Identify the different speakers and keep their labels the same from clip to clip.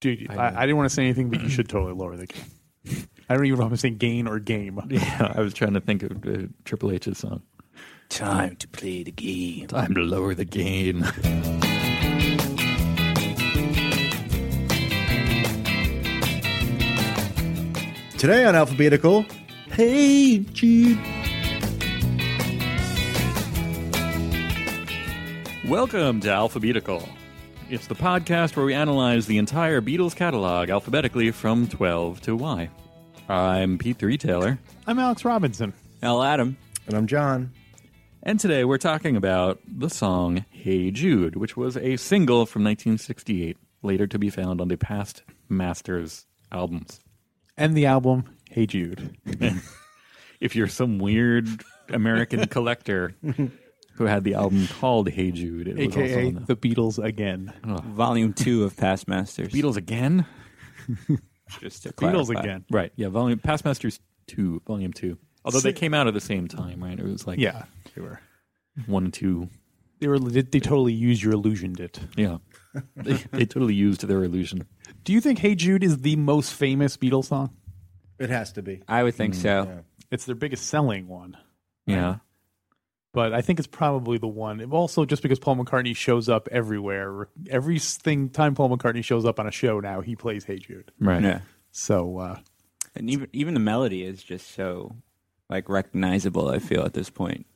Speaker 1: Dude, I,
Speaker 2: I know.
Speaker 1: I, didn't want to say anything, but you should totally lower the game. I don't even know if I'm saying gain or game.
Speaker 3: Yeah, I was trying to think of uh, Triple H's song.
Speaker 2: Time to play the game.
Speaker 3: Time to lower the gain.
Speaker 4: Today on Alphabetical,
Speaker 3: hey, Jude. Welcome to Alphabetical. It's the podcast where we analyze the entire Beatles catalog alphabetically from 12 to Y. I'm Pete the Retailer.
Speaker 1: I'm Alex Robinson.
Speaker 3: Al Adam.
Speaker 4: and I'm John.
Speaker 3: And today we're talking about the song Hey Jude, which was a single from 1968, later to be found on the past Masters albums.
Speaker 1: And the album, Hey Jude.
Speaker 3: If you're some weird American collector who had the album called Hey Jude, it was also
Speaker 1: AKA
Speaker 3: on
Speaker 1: The Beatles Again.
Speaker 2: Volume two of Past Masters.
Speaker 3: the Beatles again.
Speaker 2: Just to
Speaker 1: Beatles
Speaker 2: clarify.
Speaker 1: Again.
Speaker 3: Right, yeah, volume Past Masters 2, volume 2. Although they
Speaker 1: So-
Speaker 3: came out at the same time, right? It was like
Speaker 1: Yeah, they were.
Speaker 3: 1 and 2.
Speaker 1: They were. They totally use your illusioned it.
Speaker 3: Yeah. they, they totally used their illusion.
Speaker 1: Do you think Hey Jude is the most famous Beatles song?
Speaker 4: It has to be.
Speaker 2: I would think so.
Speaker 1: It's their biggest selling one.
Speaker 3: Yeah.
Speaker 1: but I think it's probably the one. Also, just because Paul McCartney shows up everywhere, every thing time Paul McCartney shows up on a show now, he plays Hey Jude.
Speaker 3: Right.
Speaker 2: Yeah.
Speaker 1: So uh,
Speaker 2: And even even the melody is just so like recognizable, I feel at this point.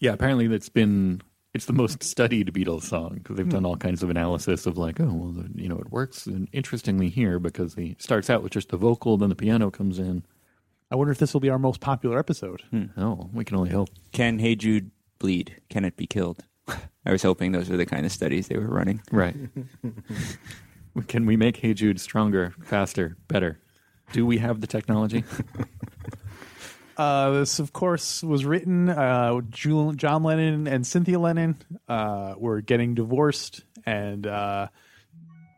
Speaker 3: Yeah, apparently that's been it's the most studied Beatles song because they've done all kinds of analysis of like, oh, well, the, you know, it works and interestingly here because he starts out with just the vocal, then the piano comes in.
Speaker 1: I wonder if this will be our most popular episode.
Speaker 3: Oh, we can only hope.
Speaker 2: Can Hey Jude bleed? Can it be killed? I was hoping those were the kind of studies they were running.
Speaker 3: Right. can we make Hey Jude stronger, faster, better? Do we have the technology?
Speaker 1: Uh, this, of course, was written. Uh, Jul- John Lennon and Cynthia Lennon uh, were getting divorced, and uh,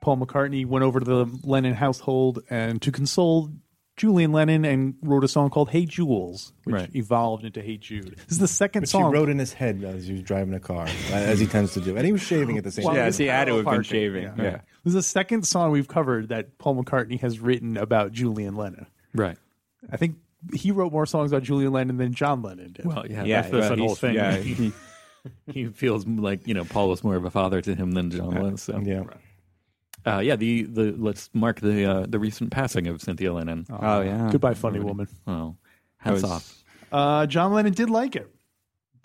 Speaker 1: Paul McCartney went over to the Lennon household and to console Julian Lennon, and wrote a song called "Hey Jules," which
Speaker 3: Right.
Speaker 1: evolved into "Hey Jude." This is the second
Speaker 4: But she
Speaker 1: song
Speaker 4: wrote in his head as he was driving a car, as he tends to do. And he was shaving at the same
Speaker 1: Well,
Speaker 4: time.
Speaker 2: Yes, he had to have been
Speaker 1: Parking,
Speaker 2: shaving. Yeah.
Speaker 1: This is the second song we've covered that Paul McCartney has written about Julian Lennon.
Speaker 3: right.
Speaker 1: I think he wrote more songs about Julian Lennon than John Lennon did.
Speaker 3: Well, yeah,
Speaker 2: Yeah,
Speaker 3: that's, that's
Speaker 2: well,
Speaker 3: that whole
Speaker 2: he's-
Speaker 3: thing.
Speaker 2: yeah.
Speaker 3: he, he feels like, you know, Paul was more of a father to him than John was. So.
Speaker 4: Yeah.
Speaker 3: Uh, yeah, the, the let's mark the uh, the recent passing of Cynthia Lennon.
Speaker 2: Oh yeah.
Speaker 1: Goodbye, funny woman.
Speaker 3: Oh, hats
Speaker 2: was-
Speaker 3: off.
Speaker 1: Uh, John Lennon did like it.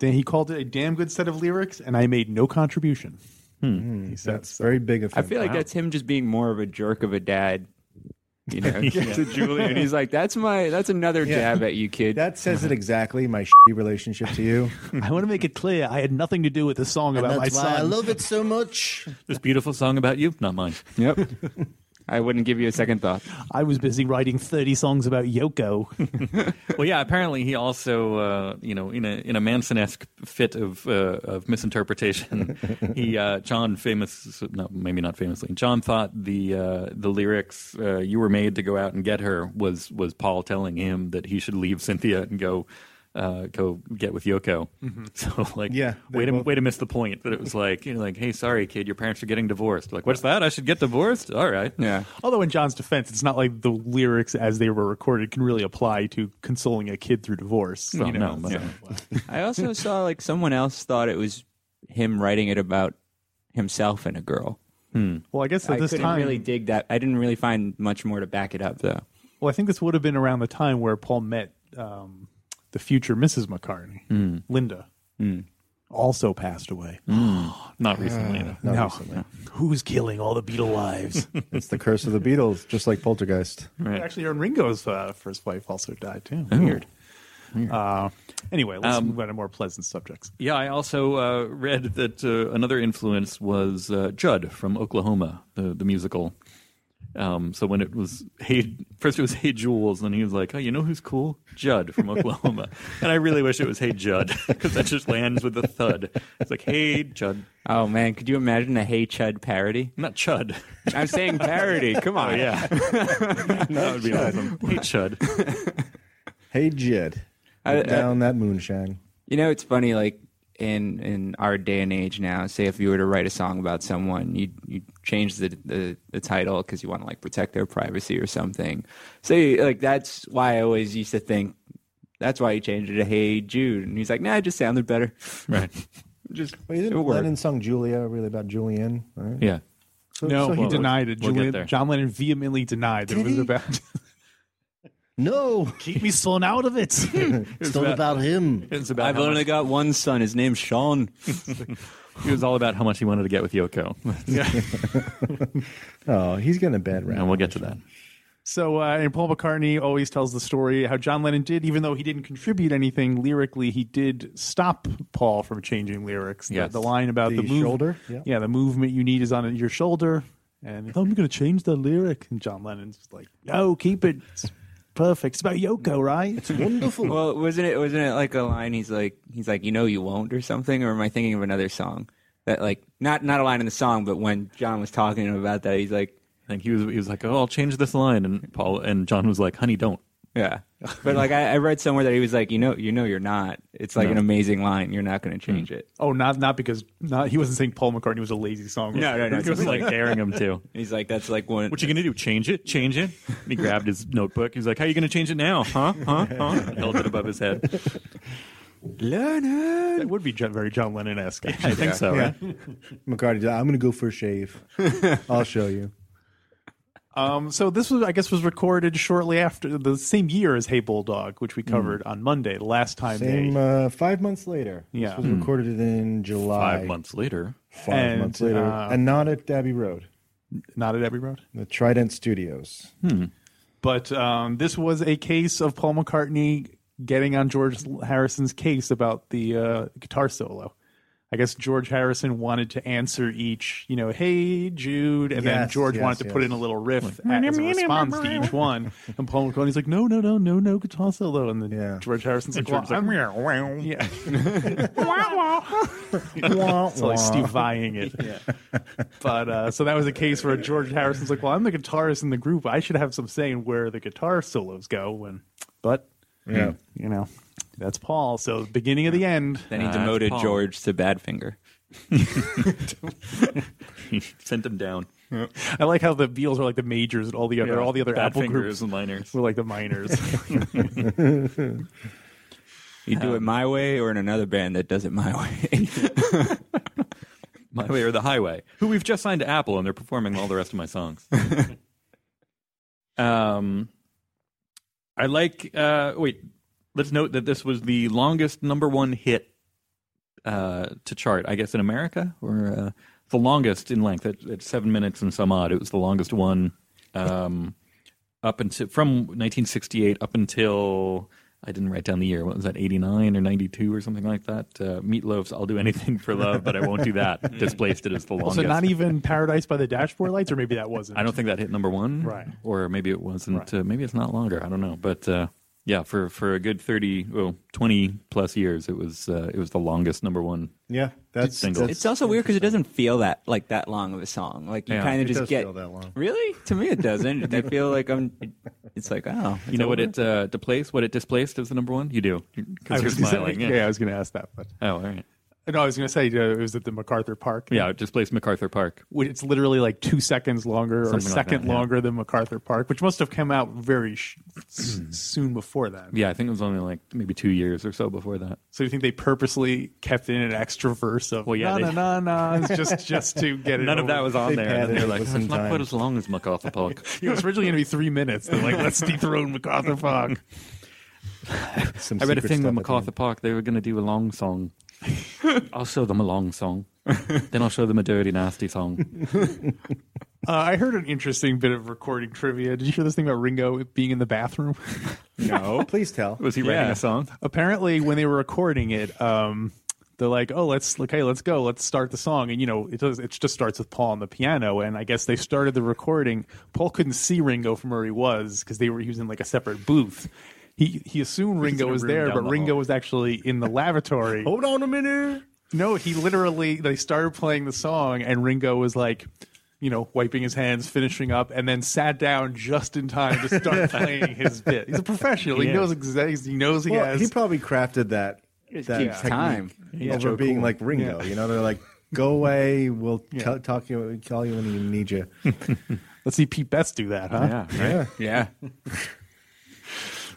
Speaker 1: Then he called it a damn good set of lyrics, and I made no contribution. He said,
Speaker 4: That's very big of
Speaker 2: I
Speaker 4: him.
Speaker 2: feel like that's him just being more of a jerk of a dad. You know, to Julian. He's like, That's my that's another jab at you, kid.
Speaker 4: that says it exactly, my shitty relationship to you.
Speaker 1: I want to make it clear I had nothing to do with the song about my son.
Speaker 4: it so much.
Speaker 3: This beautiful song about you, not mine.
Speaker 2: yep. I wouldn't give you a second thought.
Speaker 1: I was busy writing 30 songs about Yoko.
Speaker 3: Well, yeah. Apparently, he also, uh, you know, in a in a Manson-esque fit of uh, of misinterpretation, he uh, John famous, no, maybe not famously, John thought the uh, the lyrics uh, "You were made to go out and get her" was was Paul telling him that he should leave Cynthia and go. Uh, go get with Yoko. So like,
Speaker 4: Mm-hmm. Yeah, they
Speaker 3: way to
Speaker 4: both-
Speaker 3: way to miss the point. That it was like, you know, like, hey, sorry, kid, your parents are getting divorced. Like, what's that? I should get divorced. All right.
Speaker 2: Yeah.
Speaker 1: Although, in John's defense, it's not like the lyrics as they were recorded can really apply to consoling a kid through divorce.
Speaker 3: Well,
Speaker 1: you know,
Speaker 3: no, but-
Speaker 1: so-
Speaker 2: I also saw like someone else thought it was him writing it about himself and a girl.
Speaker 1: Well, I guess at
Speaker 2: I
Speaker 1: this
Speaker 2: couldn't
Speaker 1: time,
Speaker 2: really dig that. I didn't really find much more to back it up though.
Speaker 1: well, I think this would have been around the time where Paul met um, the future Mrs. McCartney, Linda, also passed away.
Speaker 3: Not recently. though.
Speaker 4: No,
Speaker 1: Now,
Speaker 4: recently.
Speaker 1: who's killing all the Beatle wives?
Speaker 4: It's the curse of the Beatles, just like Poltergeist.
Speaker 3: Right.
Speaker 1: Actually, her and Ringo's uh, first wife also died too.
Speaker 3: Oh.
Speaker 1: Weird. Uh, anyway, let's
Speaker 3: Um,
Speaker 1: move on to more pleasant subjects.
Speaker 3: Yeah, I also uh, read that uh, another influence was uh, Judd from Oklahoma, the, the musical. Um, so when it was Hey, first it was Hey Jules, and he was like, "Oh, you know who's cool? Judd from Oklahoma." and I really wish it was Hey Judd because that just lands with a thud. It's like Hey Judd,
Speaker 2: Oh man, could you imagine a Hey Chud parody?
Speaker 3: not Chud.
Speaker 2: I'm saying parody. Come on.
Speaker 3: Yeah, that would be awesome. Hey Chud.
Speaker 4: Hey, Jed.
Speaker 2: I-
Speaker 4: Put down that moonshine.
Speaker 2: You know, it's funny. Like in in our day and age now, say if you were to write a song about someone, you you change the the, the title because you want to like protect their privacy or something. So like that's why I always used to think that's why he changed it to Hey Jude, and he's like, Nah, it just sounded better.
Speaker 3: Right.
Speaker 2: just
Speaker 4: Wait,
Speaker 2: it
Speaker 4: isn't
Speaker 2: worked.
Speaker 4: Lennon song Julia really about Julian? Right?
Speaker 3: Yeah.
Speaker 4: So,
Speaker 1: no,
Speaker 4: so
Speaker 1: he
Speaker 4: he did.
Speaker 1: denied it.
Speaker 3: we'll get
Speaker 1: Julian-
Speaker 3: there.
Speaker 1: John Lennon vehemently denied that it
Speaker 4: Did
Speaker 1: was
Speaker 4: he?
Speaker 1: about.
Speaker 4: No,
Speaker 1: Keep me thrown out of it.
Speaker 4: it's not about him.
Speaker 3: It's about
Speaker 2: I've
Speaker 3: how
Speaker 2: only
Speaker 3: much,
Speaker 2: got one son. His name's Sean.
Speaker 3: it was all about how much he wanted to get with Yoko,
Speaker 4: Oh, he's getting a bad rap.
Speaker 3: and we'll get to that.
Speaker 1: So, uh, and Paul McCartney always tells the story how John Lennon did, even though he didn't contribute anything lyrically, he did stop Paul from changing lyrics. The-
Speaker 3: Yes.
Speaker 1: The, line about the,
Speaker 4: The
Speaker 1: move-
Speaker 4: shoulder, yeah.
Speaker 1: Yeah, the movement you need is on your shoulder. And I'm going to change the lyric. And John Lennon's just like, no, keep it. It's perfect. It's about Yoko, right?
Speaker 4: Wonderful.
Speaker 2: Well, wasn't it wasn't it like a line? He's like he's like you know you won't or something. Or am I thinking of another song that like not not a line in the song, but when John was talking to him about that, he's like
Speaker 3: I think he was he was like, "Oh, I'll change this line," and Paul and John was like, "Honey, don't."
Speaker 2: yeah. But like I, I read somewhere that he was like you know you know you're not. It's like
Speaker 3: No. Hmm.
Speaker 2: an amazing line. You're not going to change it.
Speaker 1: oh, not not because not, he wasn't saying Paul McCartney was a lazy songwriter.
Speaker 2: No, no, no.
Speaker 3: It was like daring him too.
Speaker 2: He's like that's like one.
Speaker 3: What you gonna do? Change it? Change it? And he grabbed his notebook. He was like, "How you gonna change it now? Huh? Huh? Huh?" And held it above his head.
Speaker 2: Leonard.
Speaker 1: That would be John- very John Lennon esque.
Speaker 3: I think so. Right?
Speaker 4: McCartney, I'm going to go for a shave. I'll show you.
Speaker 1: Um, so this was, I guess, was recorded shortly after the same year as Hey Bulldog, which we covered on Monday, the last time
Speaker 4: Hmm. Same.
Speaker 1: they.
Speaker 4: Uh, five months later.
Speaker 1: Yeah.
Speaker 4: This was recorded in July.
Speaker 3: Five months later,
Speaker 4: Five
Speaker 1: And,
Speaker 4: months later,
Speaker 1: uh,
Speaker 4: and not at Abbey Road,
Speaker 1: Not at Abbey Road.
Speaker 4: the Trident Studios.
Speaker 1: But um, this was a case of Paul McCartney getting on George Harrison's case about the uh, guitar solo. I guess George Harrison wanted to answer each, you know, hey Jude, and then
Speaker 4: Yes,
Speaker 1: George
Speaker 4: yes,
Speaker 1: wanted to put
Speaker 4: yes.
Speaker 1: in a little riff as a response to each one. And Paul McCartney's like, no, no, no, no, no guitar solo, and then
Speaker 4: Yeah.
Speaker 1: George Harrison's like, well, I'm yeah, it's like Steve Vying it. But uh, so that was a case where George Harrison's like, "Well, I'm the guitarist in the group. I should have some say in where the guitar solos go." And but hmm,
Speaker 4: Yeah.
Speaker 1: you know, that's Paul. So beginning of the end.
Speaker 2: Then he
Speaker 3: Nah, Uh, that's
Speaker 2: demoted
Speaker 3: Paul.
Speaker 2: George to Badfinger.
Speaker 3: he sent him down.
Speaker 1: I like how the Beatles are like the majors, and all the other all the other
Speaker 3: Bad
Speaker 1: Apple groups
Speaker 3: fingers and liners.
Speaker 1: were like the minors.
Speaker 2: You do
Speaker 3: Um,
Speaker 2: it my way or in another band that does it my way.
Speaker 3: My way or the highway. Who we've just signed to Apple, and they're performing all the rest of my songs. um, I like. Uh, wait, let's note that this was the longest number one hit uh, to chart, I guess, in America, or uh, the longest in length at, at seven minutes and some odd. It was the longest one um, up until from 1968 up until. I didn't write down the year. What was that, 89 or 92 or something like that? Uh, Meatloaf's I'll Do Anything for Love, but I Won't Do That. Displaced it as the longest.
Speaker 1: so not even Paradise by the Dashboard Lights, or maybe that wasn't.
Speaker 3: I don't think that hit number one,
Speaker 1: Right.
Speaker 3: Or maybe it wasn't.
Speaker 1: Right.
Speaker 3: Uh, maybe it's not longer. I don't know. But uh, yeah, for for a good 30, well, 20 plus years, it was uh, it was the longest number one.
Speaker 4: Yeah, that's,
Speaker 3: Single.
Speaker 4: that's
Speaker 2: It's also weird because it doesn't feel that like that long of a song. Like you
Speaker 3: Yeah.
Speaker 2: kind
Speaker 4: it
Speaker 2: of just
Speaker 4: does
Speaker 2: get
Speaker 4: feel that long.
Speaker 2: really to me it doesn't. I feel like I'm. It's like oh,
Speaker 3: You know what it uh, displaced? What it displaced as the number one? You do
Speaker 1: I
Speaker 3: because you're
Speaker 1: was gonna say-
Speaker 3: smiling.
Speaker 1: yeah.
Speaker 3: yeah.
Speaker 1: I was going to ask that, but
Speaker 3: Oh, all right.
Speaker 1: no, I was going to say uh, it was at the MacArthur Park.
Speaker 3: Yeah, it displaced MacArthur Park.
Speaker 1: which- it's literally like two seconds longer or a
Speaker 3: Something like
Speaker 1: second
Speaker 3: that, yeah.
Speaker 1: longer than MacArthur Park, which must have come out very sh- s- soon before that.
Speaker 3: Yeah, I think it was only like maybe two years or so before that.
Speaker 1: So you think they purposely kept in an extra verse of well,
Speaker 3: yeah,
Speaker 1: na
Speaker 3: they-
Speaker 1: na na na, it's just just to get it.
Speaker 3: None of
Speaker 1: over.
Speaker 3: that was on
Speaker 4: They
Speaker 3: there. And then
Speaker 4: padded
Speaker 3: they're
Speaker 4: it
Speaker 3: like,
Speaker 4: with
Speaker 3: "Oh,
Speaker 4: some
Speaker 3: it's not
Speaker 4: time."
Speaker 3: quite as long as MacArthur Park.
Speaker 1: It was originally going to be three minutes. They're like, let's dethrone MacArthur Park.
Speaker 4: some
Speaker 3: I read a thing with
Speaker 4: secret stuff at the end.
Speaker 3: MacArthur Park. They were going to do a long song. I'll show them a long song. then I'll show them a dirty, nasty song.
Speaker 1: Uh, I heard an interesting bit of recording trivia. Did you hear this thing about Ringo being in the bathroom?
Speaker 4: No, please tell.
Speaker 3: Was he writing a song?
Speaker 1: apparently when they were recording it um they're like oh let's okay let's go let's start the song and you know it does it just starts with paul on the piano and i guess they started the recording paul couldn't see ringo from where he was because they were he was in like a separate booth he he assumed ringo
Speaker 3: in a
Speaker 1: was
Speaker 3: room
Speaker 1: there
Speaker 3: down
Speaker 1: but
Speaker 3: the
Speaker 1: ringo
Speaker 3: hall. Oh.
Speaker 1: was actually in the lavatory
Speaker 4: Hold on a minute.
Speaker 1: no he literally they started playing the song and ringo was like you know, wiping his hands, finishing up, and then sat down just in time to start playing his bit. He's a professional. He,
Speaker 3: is.
Speaker 1: knows exactly. He knows he
Speaker 4: Well,
Speaker 1: has.
Speaker 4: he probably crafted that
Speaker 2: It's
Speaker 4: that
Speaker 2: keeps
Speaker 4: technique
Speaker 2: time.
Speaker 1: Yeah.
Speaker 4: over
Speaker 1: Joe
Speaker 4: being
Speaker 1: Cool.
Speaker 4: like Ringo. You know, they're like, "Go away. We'll tell- talk you, call you when we need you."
Speaker 1: Let's see Pete Best do that, huh?
Speaker 2: Yeah, right. Yeah.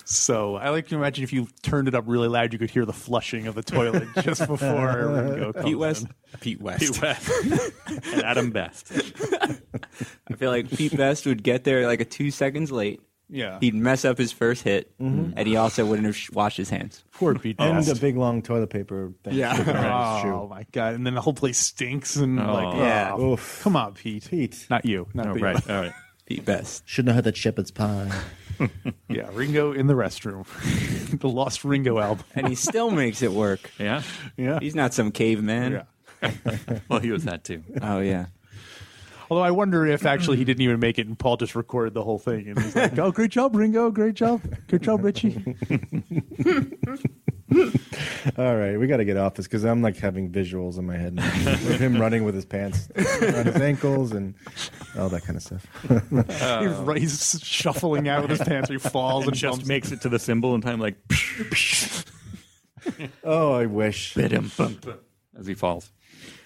Speaker 1: So I like to imagine if you turned it up really loud, you could hear the flushing of the toilet just before Ringo comes
Speaker 2: Pete West.
Speaker 1: in.
Speaker 2: Pete West.
Speaker 3: Pete West and Adam Best.
Speaker 2: I feel like Pete Best would get there like a two seconds late.
Speaker 1: Yeah.
Speaker 2: He'd mess up his first hit,
Speaker 4: Mm-hmm.
Speaker 2: and he also wouldn't have sh- washed his hands.
Speaker 1: Poor Pete
Speaker 4: And the
Speaker 1: Best.
Speaker 4: big long toilet paper thing.
Speaker 1: Yeah.
Speaker 4: Right,
Speaker 1: oh my god! And then the whole place stinks and like,
Speaker 2: Yeah.
Speaker 1: oh,
Speaker 4: Oof.
Speaker 1: come on, Pete.
Speaker 4: Pete.
Speaker 1: Not you. Not
Speaker 3: All
Speaker 1: the-
Speaker 3: Oh, right, all right.
Speaker 2: Pete Best.
Speaker 4: Shouldn't have had that shepherd's pie.
Speaker 1: Yeah, Ringo in the restroom. the Lost Ringo album.
Speaker 2: And he still makes it work.
Speaker 3: Yeah.
Speaker 1: Yeah.
Speaker 2: He's not some caveman.
Speaker 1: yeah.
Speaker 3: Well, he was that too.
Speaker 2: Oh yeah.
Speaker 1: Although I wonder if actually he didn't even make it, and Paul just recorded the whole thing, and he's like, "Oh, great job, Ringo! Great job, good job, Richie."
Speaker 4: All right, we got to get off this because I'm like having visuals in my head now of him running with his pants around his ankles and all that kind of stuff.
Speaker 1: He ri- he's shuffling out with his pants. He falls Um, and
Speaker 3: Just
Speaker 1: jumps.
Speaker 3: makes it to the symbol in time, like
Speaker 4: Oh, I wish. All
Speaker 3: bidum bump as he falls.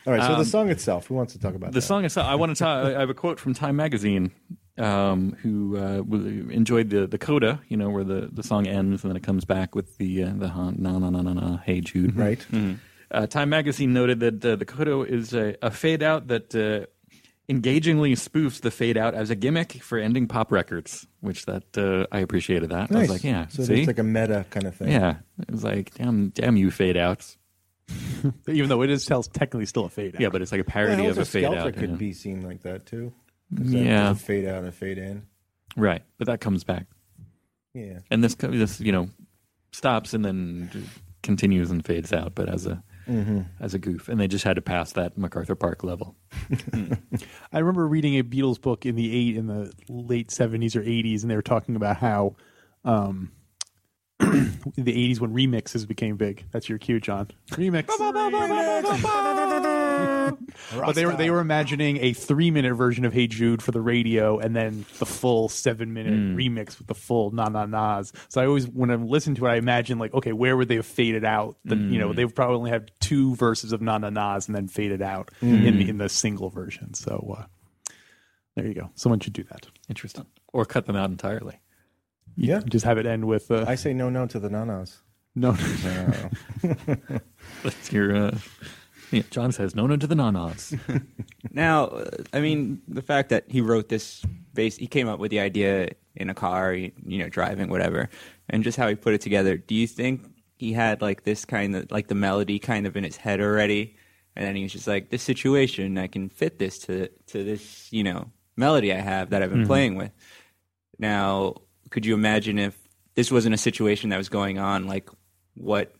Speaker 4: right, so the song itself. Who wants to talk about
Speaker 3: Um, The
Speaker 4: that?
Speaker 3: song itself, I want to. Ta- I have a quote from Time Magazine, um, who uh, w- enjoyed the the coda, you know, where the, the song ends and then it comes back with the uh, the hon- na na na na na. Hey Jude,
Speaker 4: Right.
Speaker 2: Mm-hmm.
Speaker 3: Uh, Time Magazine noted that uh, the coda is a, a fade out that uh, engagingly spoofs the fade out as a gimmick for ending pop records, which that uh, I appreciated that. I was like, yeah,
Speaker 4: So
Speaker 3: see,
Speaker 4: it's like a meta kind of thing.
Speaker 3: yeah, it was like, damn, damn you fade outs.
Speaker 1: Even though it is tells technically still a fade. Out.
Speaker 3: Yeah, but it's like a
Speaker 4: Yeah,
Speaker 3: parody of
Speaker 4: Helter
Speaker 3: a fade
Speaker 4: Skelter
Speaker 3: out. you
Speaker 4: could
Speaker 3: know?
Speaker 4: be seen like that too. 'Cause that
Speaker 3: Yeah,
Speaker 4: does Fade out and fade in.
Speaker 3: right. But that comes back,
Speaker 4: Yeah.
Speaker 3: and this co- this you know stops and then continues and fades out, but as a
Speaker 4: Mm-hmm.
Speaker 3: as a goof. And they just had to pass that MacArthur Park level.
Speaker 1: I remember reading a Beatles book in the eight in the late seventies or eighties, and they were talking about how um, in the eighties when remixes became big. That's your cue, John. Remix. but they were they were imagining a three minute version of Hey Jude for the radio, and then the full seven minute
Speaker 3: Hmm.
Speaker 1: remix with the full na na nas. So I always when I listen to it, I imagine like, okay, where would they have faded out? The, You
Speaker 3: Hmm.
Speaker 1: know, they've probably only had two verses of na na nas and then faded out
Speaker 3: Hmm.
Speaker 1: in the in the single version. So uh, there you go. Someone should do that.
Speaker 3: Interesting. Or cut them out entirely.
Speaker 4: Yeah.
Speaker 1: Just have it end with uh,
Speaker 4: I say no, no to the nanas.
Speaker 1: no.
Speaker 4: No.
Speaker 3: That's your. Uh, yeah, John says no, no to the non-odds.
Speaker 2: Now, uh, I mean, the fact that he wrote this base, he came up with the idea in a car, you, you know, driving, whatever, and just how he put it together. Do you think he had like this kind of like the melody kind of in his head already, and then he was just like, "This situation, I can fit this to to this, you know, melody I have that I've been playing with." Now, could you imagine if this wasn't a situation that was going on? Like, what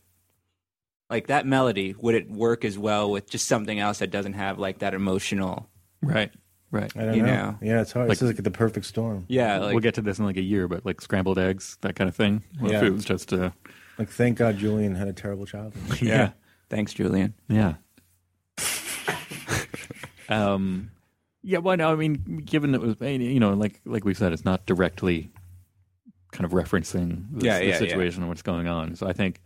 Speaker 2: like that melody would it work as well with just something else that doesn't have like that emotional
Speaker 3: Right, right.
Speaker 4: I don't
Speaker 2: You
Speaker 4: know.
Speaker 2: know.
Speaker 4: Yeah, it's hard.
Speaker 3: Like-
Speaker 4: this is like the perfect storm.
Speaker 2: yeah like
Speaker 3: we'll get to this in like a year, but like scrambled eggs, that kind of thing. Well,
Speaker 4: Yeah.
Speaker 3: If it was just uh,
Speaker 4: Like, thank God Julian had a terrible childhood.
Speaker 3: yeah,
Speaker 2: thanks julian
Speaker 3: yeah. um, yeah. Well, no, I mean, given it was, you know, like like we said, it's not directly kind of referencing the,
Speaker 2: Yeah,
Speaker 3: the
Speaker 2: yeah, yeah.
Speaker 3: situation and what's going on. So I think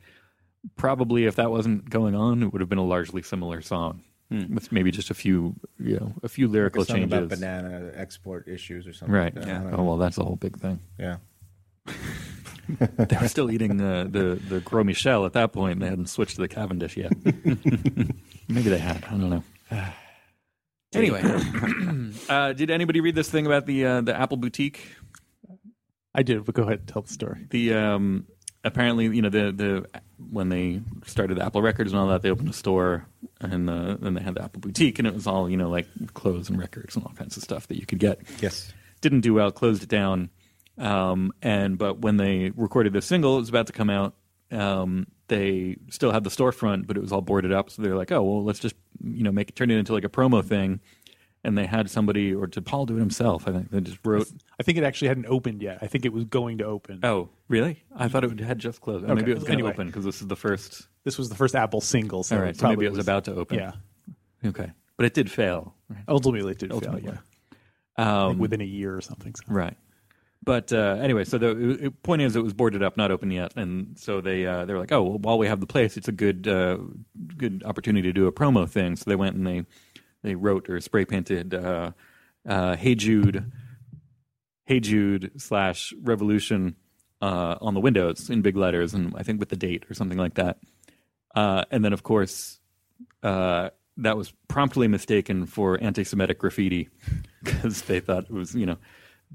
Speaker 3: probably if that wasn't going on, it would have been a largely similar song with maybe just a few, you know, a few lyrical
Speaker 4: Something
Speaker 3: changes.
Speaker 4: about banana export issues or something.
Speaker 3: Right.
Speaker 4: Like that. I
Speaker 2: Yeah.
Speaker 4: don't
Speaker 3: Oh
Speaker 4: know.
Speaker 3: well, that's a whole big thing.
Speaker 4: Yeah.
Speaker 3: They were still eating uh, the the Gros Michel at that point. They hadn't switched to the Cavendish yet. Maybe they had. I don't know. Anyway, uh, did anybody read this thing about the uh, the Apple boutique?
Speaker 1: I did, but go ahead and tell the story.
Speaker 3: The um, apparently, you know, the the when they started the Apple Records and all that, they opened a store and uh, then they had the Apple boutique, and it was all you know like clothes and records and all kinds of stuff that you could get
Speaker 4: Yes.
Speaker 3: didn't do well, closed it down. Um, and but when they recorded the single, it was about to come out. Um, they still had the storefront, but it was all boarded up. So they're like, "Oh well, let's just you know make it turn it into like a promo thing." And they had somebody, or did Paul do it himself? I think they just wrote.
Speaker 1: I think it actually hadn't opened yet. I think it was going to open.
Speaker 3: Oh, really? I thought it had just closed. Or Maybe it was going to
Speaker 1: Anyway.
Speaker 3: open because this is the first.
Speaker 1: This was the first Apple single, so
Speaker 3: All right, so
Speaker 1: probably
Speaker 3: maybe it was, about to open.
Speaker 1: Yeah,
Speaker 3: Okay, but it did fail. Um,
Speaker 1: ultimately it did
Speaker 3: Ultimately.
Speaker 1: fail. Yeah, Like within a year or something. So.
Speaker 3: Right. But uh, anyway, so the it- point is, it was boarded up, not open yet, and so they uh, they were like, oh, well, while we have the place, it's a good uh, good opportunity to do a promo thing. So they went and they they wrote or spray painted, uh, uh, "Hey Jude, Hey Jude slash Revolution" uh, on the windows in big letters, and I think with the date or something like that. Uh, and then, of course, uh, that was promptly mistaken for anti-Semitic graffiti because they thought it was, you know,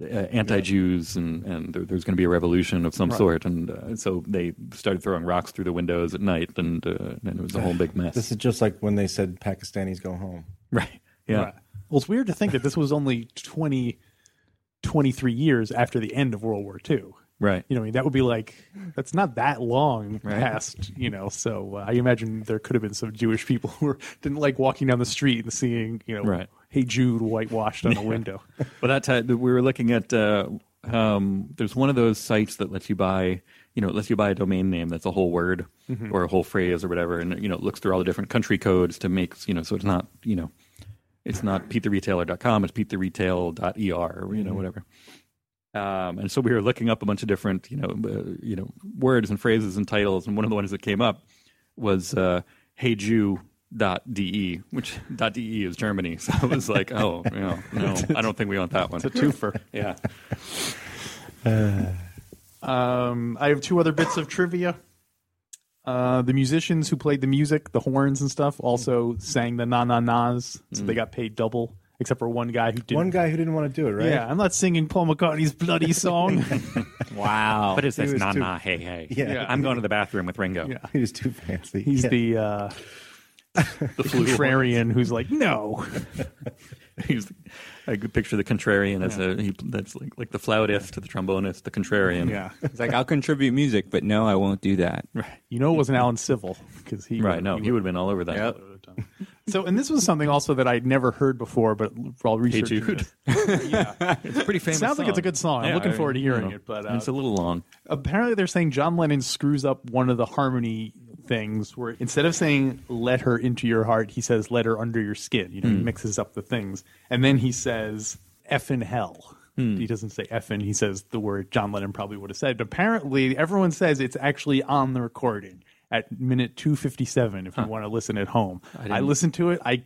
Speaker 3: uh, anti-Jews and and there, there's going to be a revolution of some sort, and uh, so they started throwing rocks through the windows at night, and uh, and it was a whole big mess.
Speaker 4: This is just like when they said Pakistanis go home.
Speaker 3: right? Yeah.
Speaker 1: Right. Well, it's weird to think that this was only 20, 23 years after the end of World War II.
Speaker 3: Right.
Speaker 1: You know, I mean, that would be like, that's not that long
Speaker 3: Right.
Speaker 1: past, you know. So uh, I imagine there could have been some Jewish people who didn't like walking down the street and seeing, you know,
Speaker 3: Right.
Speaker 1: Hey Jude whitewashed on a window.
Speaker 3: Well, that time we were looking at. Uh, um, there's one of those sites that lets you buy, you know, it lets you buy a domain name that's a whole word or a whole phrase or whatever, and you know, it looks through all the different country codes to make, you know, so it's not, you know, it's not PeteTheRetailer.com, it's PeteTheRetail.er, E you know, whatever. Um, and so we were looking up a bunch of different, you know, uh, you know, words and phrases and titles, and one of the ones that came up was uh, heyjew.de, E, which .de is Germany. So I was like, oh, you know, no, I don't think we want that one. It's a twofer. yeah.
Speaker 1: Um, I have two other bits of trivia. Uh, the musicians who played the music, the horns and stuff, also sang the na na nas, so they got paid double, except for one guy who didn't.
Speaker 4: One guy who didn't want to do it, right?
Speaker 1: Yeah, I'm not singing Paul McCartney's bloody song.
Speaker 2: Wow.
Speaker 3: But it says
Speaker 4: was
Speaker 3: na
Speaker 4: too-
Speaker 3: na hey hey.
Speaker 4: Yeah.
Speaker 3: I'm going to the bathroom with Ringo.
Speaker 1: Yeah.
Speaker 4: He was too fancy.
Speaker 1: He's
Speaker 4: Yeah.
Speaker 1: the uh, the contrarian who's like, no.
Speaker 3: He's, I could picture the contrarian as a he, that's like like the flautist, the trombonist, the contrarian.
Speaker 1: Yeah,
Speaker 2: It's like I'll contribute music, but no, I won't do that.
Speaker 1: you know it wasn't Alan Civil because he
Speaker 3: Right. No, he would have been all over that.
Speaker 1: So, and this was something also that I'd never heard before, but while
Speaker 3: Hey
Speaker 1: researching,
Speaker 3: Jude.
Speaker 1: this-
Speaker 3: yeah. It's a pretty famous.
Speaker 1: Sounds like it's a good song. I'm looking forward to hearing it, but, uh,
Speaker 3: it's a little long.
Speaker 1: apparently they're saying John Lennon screws up one of the harmony things where instead of saying "let her into your heart," he says "let her under your skin." You know, he mixes up the things, and then he says "f in hell." He doesn't say "f in," he says the word John Lennon probably would have said. But apparently, everyone says it's actually on the recording at minute 257 if you want to listen at home I, listened to it i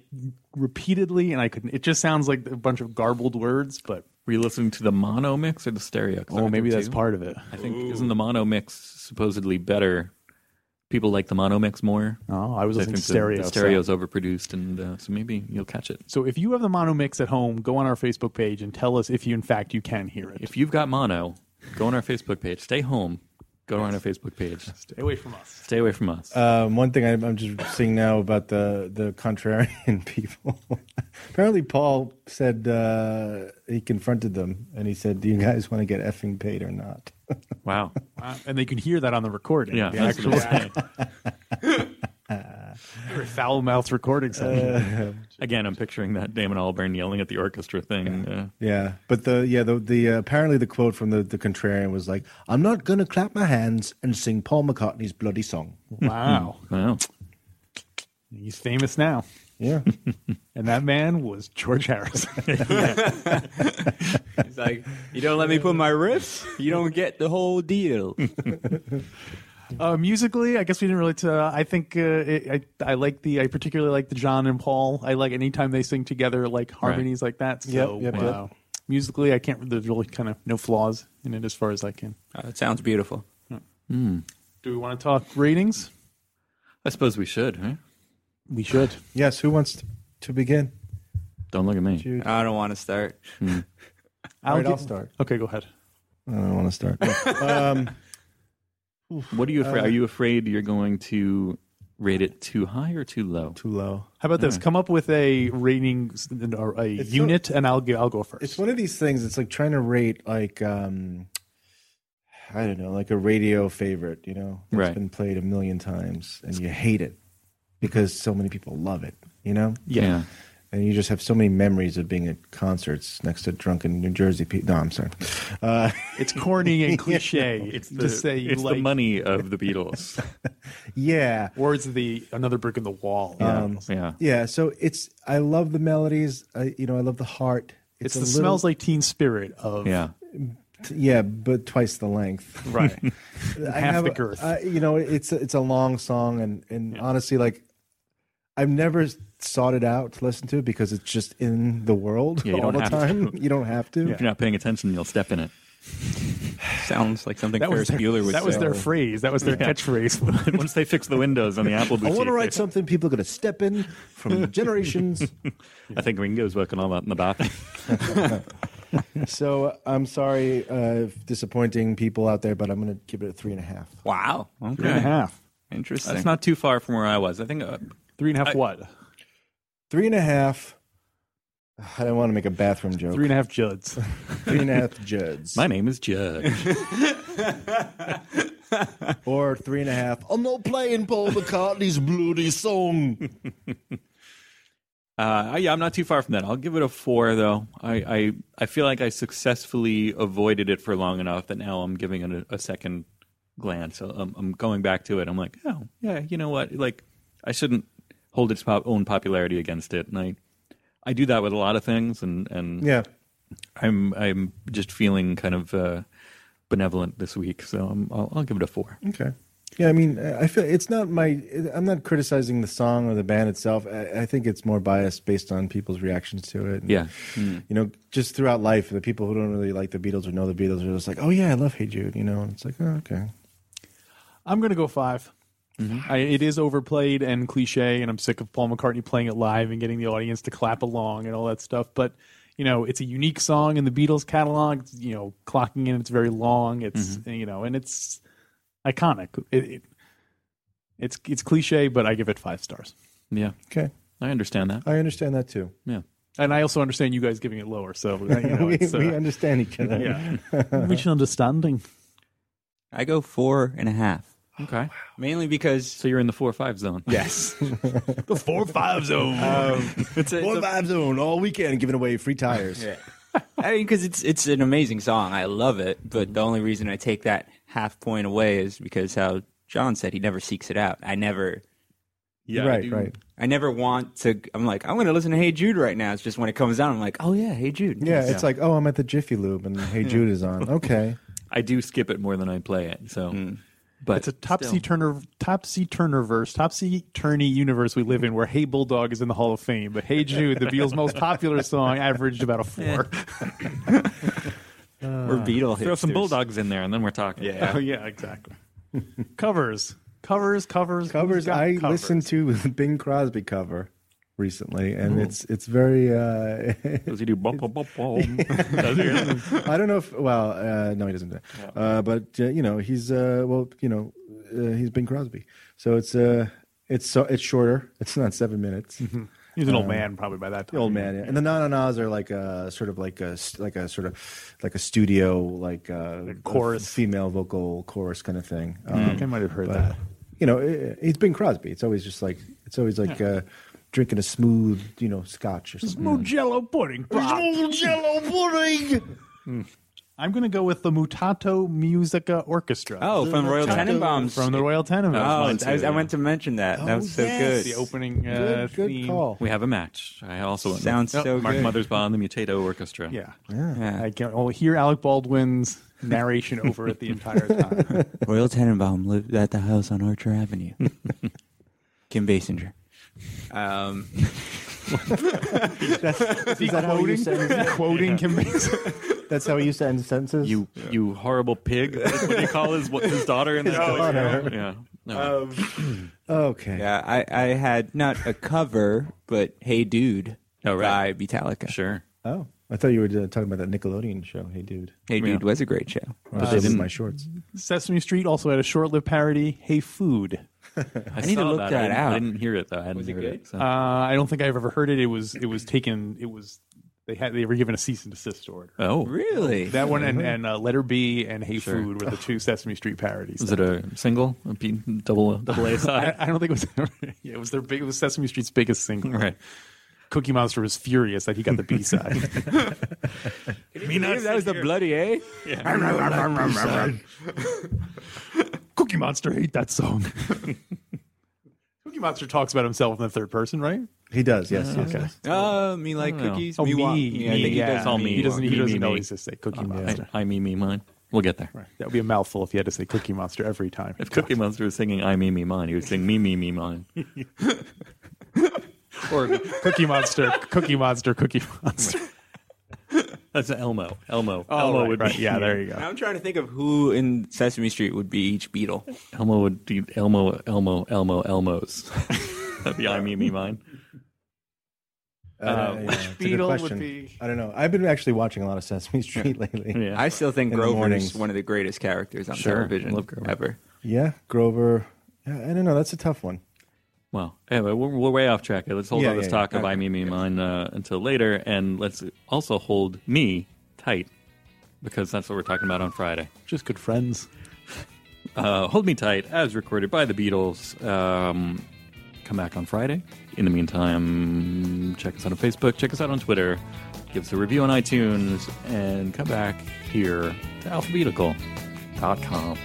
Speaker 1: repeatedly and i couldn't it just sounds like a bunch of garbled words but
Speaker 3: Were you listening to the mono mix or the stereo? 'Cause I
Speaker 1: oh
Speaker 3: heard
Speaker 1: maybe
Speaker 3: there
Speaker 1: that's
Speaker 3: too.
Speaker 1: part of it
Speaker 3: I think isn't the mono mix supposedly better? People like the mono mix more.
Speaker 1: oh i was
Speaker 3: I
Speaker 1: listening
Speaker 3: think
Speaker 1: to stereo
Speaker 3: the, the
Speaker 1: so-
Speaker 3: stereo's overproduced, and uh, so maybe you'll catch it.
Speaker 1: So if you have the mono mix at home, go on our Facebook page and tell us if you in fact you can hear it.
Speaker 3: If you've got mono, go on our Facebook page. Stay home. Go on our Facebook page.
Speaker 1: Stay away from us.
Speaker 3: Stay away from
Speaker 1: Uh,
Speaker 3: us.
Speaker 4: Um, one thing I, I'm just seeing now about the the contrarian people. Apparently, Paul said uh, he confronted them and he said, "Do you guys want to get effing paid or not?"
Speaker 3: wow.
Speaker 1: Uh, and they can hear that on the recording.
Speaker 3: Yeah.
Speaker 1: The
Speaker 3: that's what
Speaker 1: actual
Speaker 3: I'm saying.
Speaker 1: foul mouth recording session.
Speaker 4: Uh,
Speaker 3: Again, I'm picturing that Damon Albarn yelling at the orchestra thing. Uh, Yeah.
Speaker 4: yeah, but the yeah the the uh, apparently the quote from the the contrarian was like, "I'm not gonna clap my hands and sing Paul McCartney's bloody song."
Speaker 1: wow.
Speaker 3: Wow.
Speaker 1: He's famous now.
Speaker 4: Yeah,
Speaker 1: And that man was George Harrison.
Speaker 2: It's like you don't let me put my riffs, you don't get the whole deal.
Speaker 1: Hmm. uh, musically, I guess we didn't really. T- uh, I think uh, it, I I like the I particularly like the John and Paul. I like anytime they sing together, like harmonies like that. So
Speaker 4: Yep, yep, yep.
Speaker 1: wow. musically, I can't. There's really kind of no flaws in it as far as I can.
Speaker 2: Oh, it sounds beautiful.
Speaker 1: Do we want to talk ratings?
Speaker 3: I suppose we should, huh?
Speaker 1: We should.
Speaker 4: yes. Who wants to begin?
Speaker 3: Don't look at me.
Speaker 4: Jude.
Speaker 2: I don't want to start.
Speaker 1: I'll,
Speaker 4: right,
Speaker 1: gi-
Speaker 4: I'll start.
Speaker 1: Okay, go ahead.
Speaker 4: I don't want to start. No. um,
Speaker 3: What are you
Speaker 1: Uh,
Speaker 3: afraid? are you afraid you're going to rate it too high or too low?
Speaker 4: too low.
Speaker 1: How about this? Come up with a rating, s- or a
Speaker 4: It's
Speaker 1: unit, and I'll go, I'll go first.
Speaker 4: It's one of these things. It's like trying to rate like um I don't know, like a radio favorite. You know, it's
Speaker 3: Right.
Speaker 4: been played a million times, and you hate it because so many people love it. You know,
Speaker 3: Yeah.
Speaker 4: and you just have so many memories of being at concerts next to drunken New Jersey people. No, I'm sorry. Uh,
Speaker 1: It's corny and cliche.
Speaker 3: It's
Speaker 1: it's
Speaker 3: the,
Speaker 1: to say you
Speaker 3: it's
Speaker 1: like,
Speaker 3: the money of the Beatles.
Speaker 4: yeah,
Speaker 1: or it's the another brick in the wall.
Speaker 4: Um,
Speaker 1: it's,
Speaker 3: yeah.
Speaker 4: yeah. So it's I love the melodies. I you know I love the heart.
Speaker 1: the
Speaker 4: a little-
Speaker 1: smells like Teen Spirit of
Speaker 3: Yeah.
Speaker 4: T- Yeah, but twice the length.
Speaker 1: Right.
Speaker 4: I
Speaker 1: half
Speaker 4: have-
Speaker 1: the girth.
Speaker 4: I- you know, it's a, it's a long song, and and honestly, like I've never sought it out to listen to it because it's just in the world
Speaker 3: Yeah, you
Speaker 4: all
Speaker 3: don't
Speaker 4: the
Speaker 3: have
Speaker 4: time. You don't have to.
Speaker 3: If you're not paying attention, you'll step in it.
Speaker 2: Sounds like something
Speaker 1: that was
Speaker 2: Ferris
Speaker 1: their,
Speaker 2: Bueller would
Speaker 1: that
Speaker 2: say.
Speaker 1: was their phrase. That was their catchphrase.
Speaker 3: Once they fix the windows on the Apple
Speaker 4: I
Speaker 3: boutique,
Speaker 4: want
Speaker 3: they-
Speaker 4: to write something people are going to step in from generations.
Speaker 3: I think Ringo's working on that in the back.
Speaker 4: So I'm sorry, uh, if disappointing people out there, but I'm going to give it a three and a half.
Speaker 2: Wow. Okay.
Speaker 1: Three and a half.
Speaker 2: Interesting.
Speaker 3: That's not too far from where I was. I think uh,
Speaker 1: Three and a half what?
Speaker 4: Three and a half. I don't want to make a bathroom joke.
Speaker 1: Three and a half Judds.
Speaker 4: Three and a half Judds.
Speaker 3: my name is Judge.
Speaker 4: Or three and a half. I'm not playing Paul McCartney's bloody song.
Speaker 3: Uh, yeah, I'm not too far from that. I'll give it a four, though. I, I, I feel like I successfully avoided it for long enough that now I'm giving it a, a second glance. So I'm, I'm going back to it. I'm like, oh, yeah, you know what? Like, I shouldn't hold its pop- own popularity against it. And I, I do that with a lot of things. And, and
Speaker 4: Yeah.
Speaker 3: I'm I'm just feeling kind of uh, benevolent this week, so I'm, I'll, I'll give it a four.
Speaker 4: Okay. Yeah, I mean, I feel it's not my. I'm not criticizing the song or the band itself. I, I think it's more biased based on people's reactions to it. And, You know, just throughout life, the people who don't really like the Beatles or know the Beatles are just like, "Oh yeah, I love Hey Jude," you know, and it's like, "Oh okay."
Speaker 1: I'm gonna go 5
Speaker 4: Mm-hmm.
Speaker 1: I, it is overplayed and cliche, and I'm sick of Paul McCartney playing it live and getting the audience to clap along and all that stuff. But you know, it's a unique song in the Beatles catalog. It's, You know, clocking in, it's very long. It's
Speaker 4: Mm-hmm.
Speaker 1: you know, and it's iconic. It, it, it's it's cliche, but I give it five stars.
Speaker 3: yeah,
Speaker 4: Okay,
Speaker 3: I understand that.
Speaker 4: I understand that too.
Speaker 3: Yeah,
Speaker 1: And I also understand you guys giving it lower, so you know,
Speaker 4: we,
Speaker 1: it's, uh,
Speaker 4: we understand each other.
Speaker 1: mutual understanding.
Speaker 2: I go four and a half.
Speaker 3: okay.
Speaker 2: Mainly because
Speaker 3: So you're in the four or five zone.
Speaker 1: Yes, the four five zone.
Speaker 2: it's a,
Speaker 4: More vibe zone all weekend, giving away free tires.
Speaker 2: I mean, because it's it's an amazing song. I love it, but the only reason I take that half point away is because how John said he never seeks it out. I never,
Speaker 3: Yeah, I
Speaker 4: right,
Speaker 3: do.
Speaker 4: right.
Speaker 2: I never want to. I'm like, I'm going to listen to Hey Jude right now. It's just when it comes on, I'm like, oh yeah, Hey Jude.
Speaker 4: Yeah, it's like, oh, I'm at the Jiffy Lube, and Hey Jude is on. Okay,
Speaker 3: I do skip it more than I play it. So,
Speaker 2: Hmm.
Speaker 3: but
Speaker 1: It's a topsy turner, topsy turner verse, topsy turny universe we live in, where "Hey Bulldog" is in the Hall of Fame, but "Hey Jude," the Beatles' most popular song, averaged about a four.
Speaker 2: we're Beatle.
Speaker 3: throw some
Speaker 2: hipsters.
Speaker 3: bulldogs in there, and then we're talking.
Speaker 2: Yeah.
Speaker 1: Oh yeah, exactly. covers, covers, covers, Who's
Speaker 4: covers.
Speaker 1: got
Speaker 4: I
Speaker 1: covers?
Speaker 4: listened to the Bing Crosby cover recently, and it's it's very. Uh,
Speaker 3: Does he do bum, bum, bum, bum? Does he?
Speaker 4: I don't know if well, uh, no, he doesn't. Do that. Uh, but uh, you know, he's uh, well, you know, uh, he's Bing Crosby, so it's uh, it's so it's shorter. It's not seven minutes.
Speaker 1: He's an old man, probably by that time.
Speaker 4: The old man, yeah. and the na na na's are like a sort of like a st- like a sort of like a studio like uh, a
Speaker 1: chorus.
Speaker 4: f- female vocal chorus kind of thing. Um,
Speaker 1: I might have heard
Speaker 4: but,
Speaker 1: that.
Speaker 4: You know, it, it's Bing Crosby. It's always just like it's always like uh, drinking a smooth, you know, scotch or something.
Speaker 2: Mm.
Speaker 1: Mugello pudding. Bob.
Speaker 4: Jello pudding.
Speaker 1: I'm going to go with the Mutato Musica Orchestra.
Speaker 2: Oh, from Royal Tenenbaums.
Speaker 1: from the Royal Tenenbaums.
Speaker 2: Oh,
Speaker 1: one,
Speaker 2: I, was,
Speaker 1: too.
Speaker 2: I went to mention that. that
Speaker 1: Oh,
Speaker 2: was so
Speaker 4: yes.
Speaker 1: the
Speaker 2: good.
Speaker 1: opening uh,
Speaker 4: Good, good
Speaker 1: theme.
Speaker 4: call.
Speaker 3: we have a match. I also
Speaker 2: Sounds so
Speaker 3: Mark
Speaker 2: good.
Speaker 3: Mothersbaugh and the Mutato Orchestra.
Speaker 1: Yeah.
Speaker 2: Yeah.
Speaker 1: I can I'll hear Alec Baldwin's narration over it the entire time.
Speaker 2: Royal Tenenbaum lived at the house on Archer Avenue. Kim Basinger. Um,
Speaker 4: Is that how you said?
Speaker 1: Quoting Kim Basinger.
Speaker 4: That's how he used to end sentences.
Speaker 3: You, you horrible pig! What do you call his what, his daughter in that?
Speaker 4: daughter.
Speaker 3: Yeah. No.
Speaker 2: Um,
Speaker 4: okay?
Speaker 2: yeah, I, I had not a cover, but Hey Dude
Speaker 3: Oh, right.
Speaker 2: by Metallica.
Speaker 3: Sure.
Speaker 4: Oh, I thought you were uh, talking about that Nickelodeon show. Hey, dude.
Speaker 2: Hey Dude
Speaker 3: Yeah.
Speaker 2: was a great show.
Speaker 4: Wow, this is my shorts.
Speaker 1: Sesame Street also had a short-lived parody, Hey Food.
Speaker 3: I,
Speaker 2: need to
Speaker 3: saw
Speaker 2: look that
Speaker 3: I didn't-
Speaker 2: out.
Speaker 3: I didn't hear it though. I hadn't
Speaker 2: Was it
Speaker 3: heard
Speaker 2: good?
Speaker 3: it. so.
Speaker 1: Uh, I don't think I've ever heard it. It was it was taken. It was they had they were given a cease and desist order.
Speaker 3: oh,
Speaker 2: Really?
Speaker 1: That one and, and uh, Letter B and Hey
Speaker 3: Mm-hmm. Sure.
Speaker 1: Food were the two Sesame Street parodies.
Speaker 3: is it a single? A P, double double A
Speaker 1: I,
Speaker 3: side?
Speaker 1: I don't think it was. yeah, it was their big. It was Sesame Street's biggest single.
Speaker 3: right.
Speaker 1: Cookie Monster was furious that he got the B side.
Speaker 2: Me not that was the bloody eh? A.
Speaker 1: Cookie Monster hate that song. Cookie Monster talks about himself in the third person, right?
Speaker 4: He does, yes. yes,
Speaker 1: okay.
Speaker 4: yes.
Speaker 2: Oh, me like
Speaker 3: I don't know.
Speaker 2: cookies.
Speaker 1: Oh, me,
Speaker 2: want- Yeah, I
Speaker 1: me,
Speaker 2: think he
Speaker 1: yeah.
Speaker 2: does all
Speaker 3: me.
Speaker 1: He doesn't. Oh,
Speaker 3: want.
Speaker 1: He
Speaker 3: Me,
Speaker 1: doesn't
Speaker 3: me,
Speaker 1: always
Speaker 3: me.
Speaker 1: just say Cookie
Speaker 3: I,
Speaker 1: Monster.
Speaker 3: I me me mine. We'll get there.
Speaker 1: That would be a mouthful if you had to say Cookie Monster every time.
Speaker 3: If Cookie Monster was singing "I me me mine," he would sing "Me me me mine." or
Speaker 1: Cookie Monster, Cookie Monster, Cookie Monster.
Speaker 3: that's Elmo. Elmo.
Speaker 1: Oh,
Speaker 3: Elmo
Speaker 1: right,
Speaker 3: would
Speaker 1: right.
Speaker 3: be.
Speaker 1: Yeah, there you
Speaker 2: Now
Speaker 1: go.
Speaker 2: I'm trying to think of who in Sesame Street would be each beetle.
Speaker 3: Elmo would do Elmo Elmo Elmo Elmos. That'd be "I me me mine."
Speaker 4: Uh, yeah, it's a good
Speaker 1: Beetle would
Speaker 4: question.
Speaker 1: be-
Speaker 4: I don't know. I've been actually watching a lot of Sesame Street lately.
Speaker 3: Yeah.
Speaker 2: I still think
Speaker 4: In the
Speaker 2: Grover's
Speaker 4: mornings.
Speaker 2: one of the greatest characters on
Speaker 3: Sure.
Speaker 2: television
Speaker 3: Love Grover.
Speaker 2: ever.
Speaker 4: Yeah, Grover. Yeah, I don't know. That's a tough one.
Speaker 3: Wow. Anyway, we're, we're way off track. here. Let's hold
Speaker 4: Yeah,
Speaker 3: all this
Speaker 4: yeah,
Speaker 3: talk
Speaker 2: yeah.
Speaker 3: of I, me, me, mine uh, until later. And let's also hold me tight because that's what we're talking about on Friday.
Speaker 1: Just good friends.
Speaker 3: Uh, hold me tight as recorded by the Beatles. Um, come back on Friday. In the meantime, check us out on Facebook, check us out on Twitter, give us a review on iTunes, and come back here to alphabetical.com.